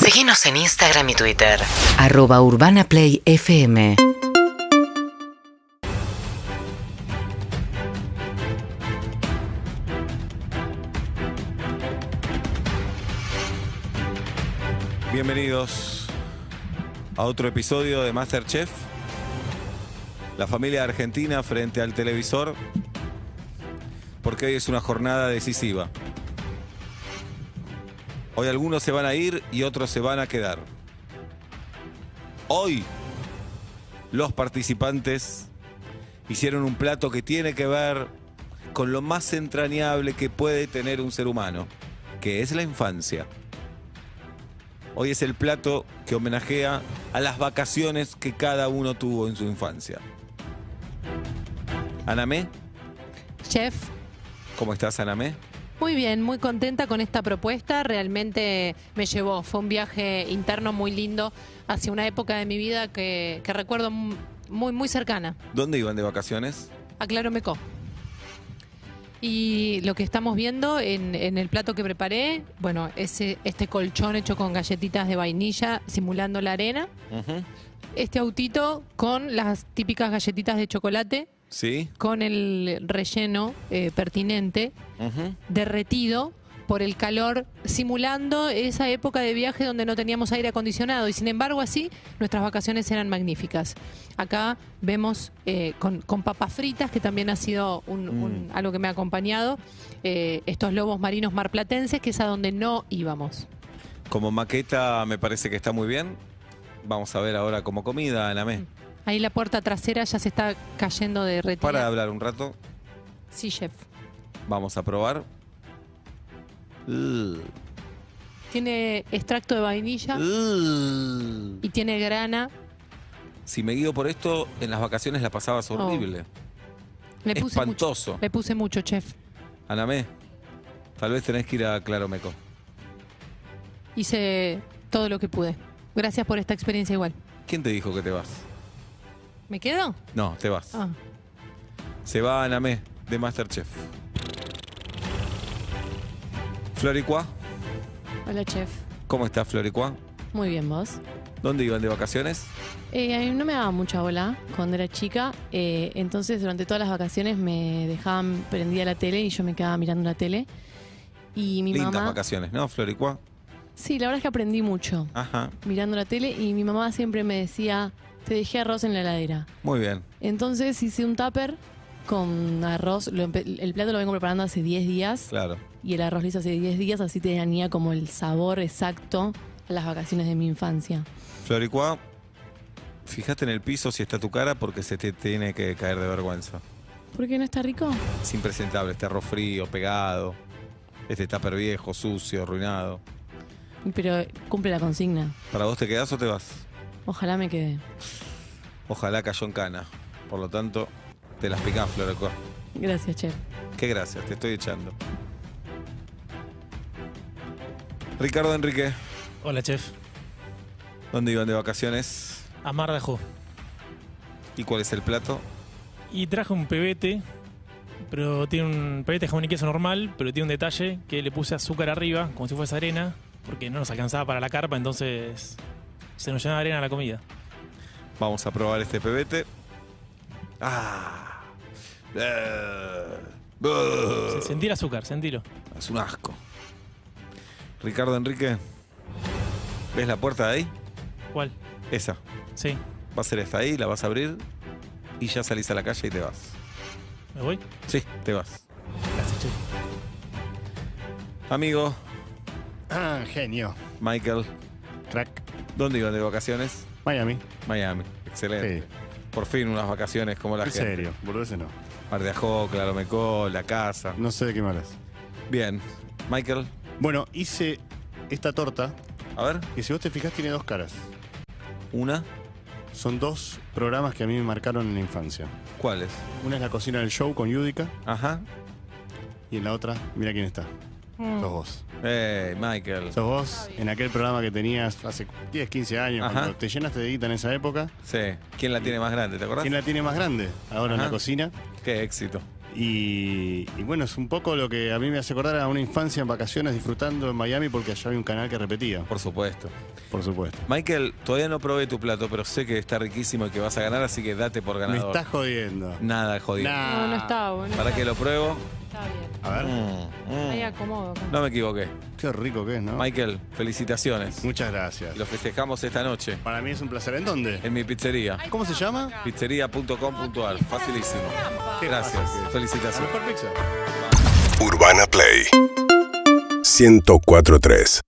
Seguinos en Instagram y Twitter. arroba urbanaplayfm Bienvenidos a otro episodio de Masterchef. La familia argentina frente al televisor. Porque hoy es una jornada decisiva. Hoy algunos se van a ir y otros se van a quedar. Hoy los participantes hicieron un plato que tiene que ver con lo más entrañable que puede tener un ser humano, que es la infancia. Hoy es el plato que homenajea a las vacaciones que cada uno tuvo en su infancia. Anamé, Chef, ¿cómo estás Anamé? muy bien, muy contenta con esta propuesta. Realmente me llevó, fue un viaje interno muy lindo hacia una época de mi vida que, que recuerdo m- muy, muy cercana. ¿Dónde iban de vacaciones? Aclaro Co. Y lo que estamos viendo en, en el plato que preparé, bueno, ese, este colchón hecho con galletitas de vainilla simulando la arena. Este autito con las típicas galletitas de chocolate, ¿Sí? con el relleno eh, pertinente. Ujú. derretido por el calor, simulando esa época de viaje donde no teníamos aire acondicionado. Y sin embargo, así nuestras vacaciones eran magníficas. Acá vemos eh, con, con papas fritas, que también ha sido un- un- Mm. algo que me ha acompañado, eh, estos lobos marinos marplatenses, que es a donde no íbamos. Como maqueta me parece que está muy bien. Vamos a ver ahora como comida, Anamé. Ahí la puerta trasera ya se está cayendo de derretida. Para de hablar un rato, Sí, chef. vamos a probar. Uh, Ugh. Tiene extracto de vainilla Ugh. y tiene grana. uh. Si me guío por esto, en las vacaciones la pasabas Oh. horrible. Le puse Espantoso. mucho. Le puse mucho, chef. Anamé, tal vez tenés que ir a Claromeco. Hice todo lo que pude. Gracias por esta experiencia igual. ¿Quién te dijo que te vas? ¿Me quedo? No, te vas. Ah. Se va Anamé de Masterchef. Floricua, Hola, chef. ¿cómo estás Floricua? Muy bien, vos. ¿Dónde iban de vacaciones? Eh, a mí no me daba mucha bola cuando era chica, eh, entonces durante todas las vacaciones me dejaban prendida la tele y yo me quedaba mirando la tele. Y mi Lindas mamá. vacaciones, ¿no, Floricua? Sí, la verdad es que aprendí mucho Ajá, mirando la tele y mi mamá siempre me decía: Te dejé arroz en la heladera. muy bien. Entonces hice un tupper con arroz. lo empe- el plato lo vengo preparando hace 10 días Claro. y el arroz lo hice hace 10 días, así tenía como el sabor exacto a las vacaciones de mi infancia. Floricua, fíjate en el piso si está tu cara porque se te tiene que caer de vergüenza. ¿Por qué no está rico? Es impresentable este arroz frío, pegado, este tupper viejo, sucio, arruinado. Pero cumple la consigna. ¿Para vos te quedás o te vas? Ojalá me quede. Ojalá cayó en cana. Por lo tanto, te las picás, Floricua. Gracias, chef. Qué gracias, te estoy echando. Ricardo Enrique, Hola, chef. ¿dónde iban de vacaciones? Amardajo. ¿Y cuál es el plato? Y traje un pebete, pero tiene un pebete de jamón y queso normal, pero tiene un detalle que le puse azúcar arriba, como si fuese arena, porque no nos alcanzaba para la carpa, entonces se nos llenaba de arena la comida. Vamos a probar este pebete. ¡Ah! Eh, buh. Se- Uh. Sentí el azúcar, sentilo. Ah. Es un asco. Ricardo Enrique, ¿ves la puerta de ahí? ¿Cuál? Esa. Sí. Va a ser esta ahí, la vas a abrir y ya salís a la calle y te vas. ¿Me voy? Sí, te vas. Gracias, chef. Amigo, Ah, genio. Michael, Crack. ¿dónde iban de vacaciones? Miami. Miami, excelente. Sí. Por fin unas vacaciones como Eh, la En gente. serio. Boludeces no. Mar de Ajó, Claromecó, la casa. No sé de qué me hablas. Bien. Michael, Bueno, hice esta torta a ver, que si vos te fijás tiene dos caras. una. Son dos programas que a mí me marcaron en la infancia. ¿Cuáles? Una es La Cocina del Show con Yudica Ajá. y en la otra, mira quién está. Sos vos. Hey, Eh, Michael. Sos vos en aquel programa que tenías hace 10, 15 años, Ajá. cuando te llenaste de guita en esa época. Sí. ¿Quién la tiene más grande? ¿Te acordás? ¿Quién la tiene más grande ahora en Ajá. la cocina? Qué éxito. Y, y bueno, es un poco lo que a mí me hace acordar a una infancia en vacaciones disfrutando en Miami porque allá había un canal que repetía, Por supuesto. por supuesto. Michael, todavía no probé tu plato, pero sé que está riquísimo y que vas a ganar, así que date por Me ganador. estás jodiendo. Nada, jodido. Nah. No, no estaba bueno. ¿Para que lo pruebo? Está bien. A ver, Mm, mm. Ahí acomodo. No me equivoqué. qué rico que es, ¿no? Michael, felicitaciones. Muchas gracias. Lo festejamos esta noche Para mí es un placer. ¿En dónde? en mi pizzería. ¿Cómo se llama? Pizzería.com.ar. Facilísimo. Qué Gracias. fácil. La Felicitaciones. mejor pizza. Urbana Play 1043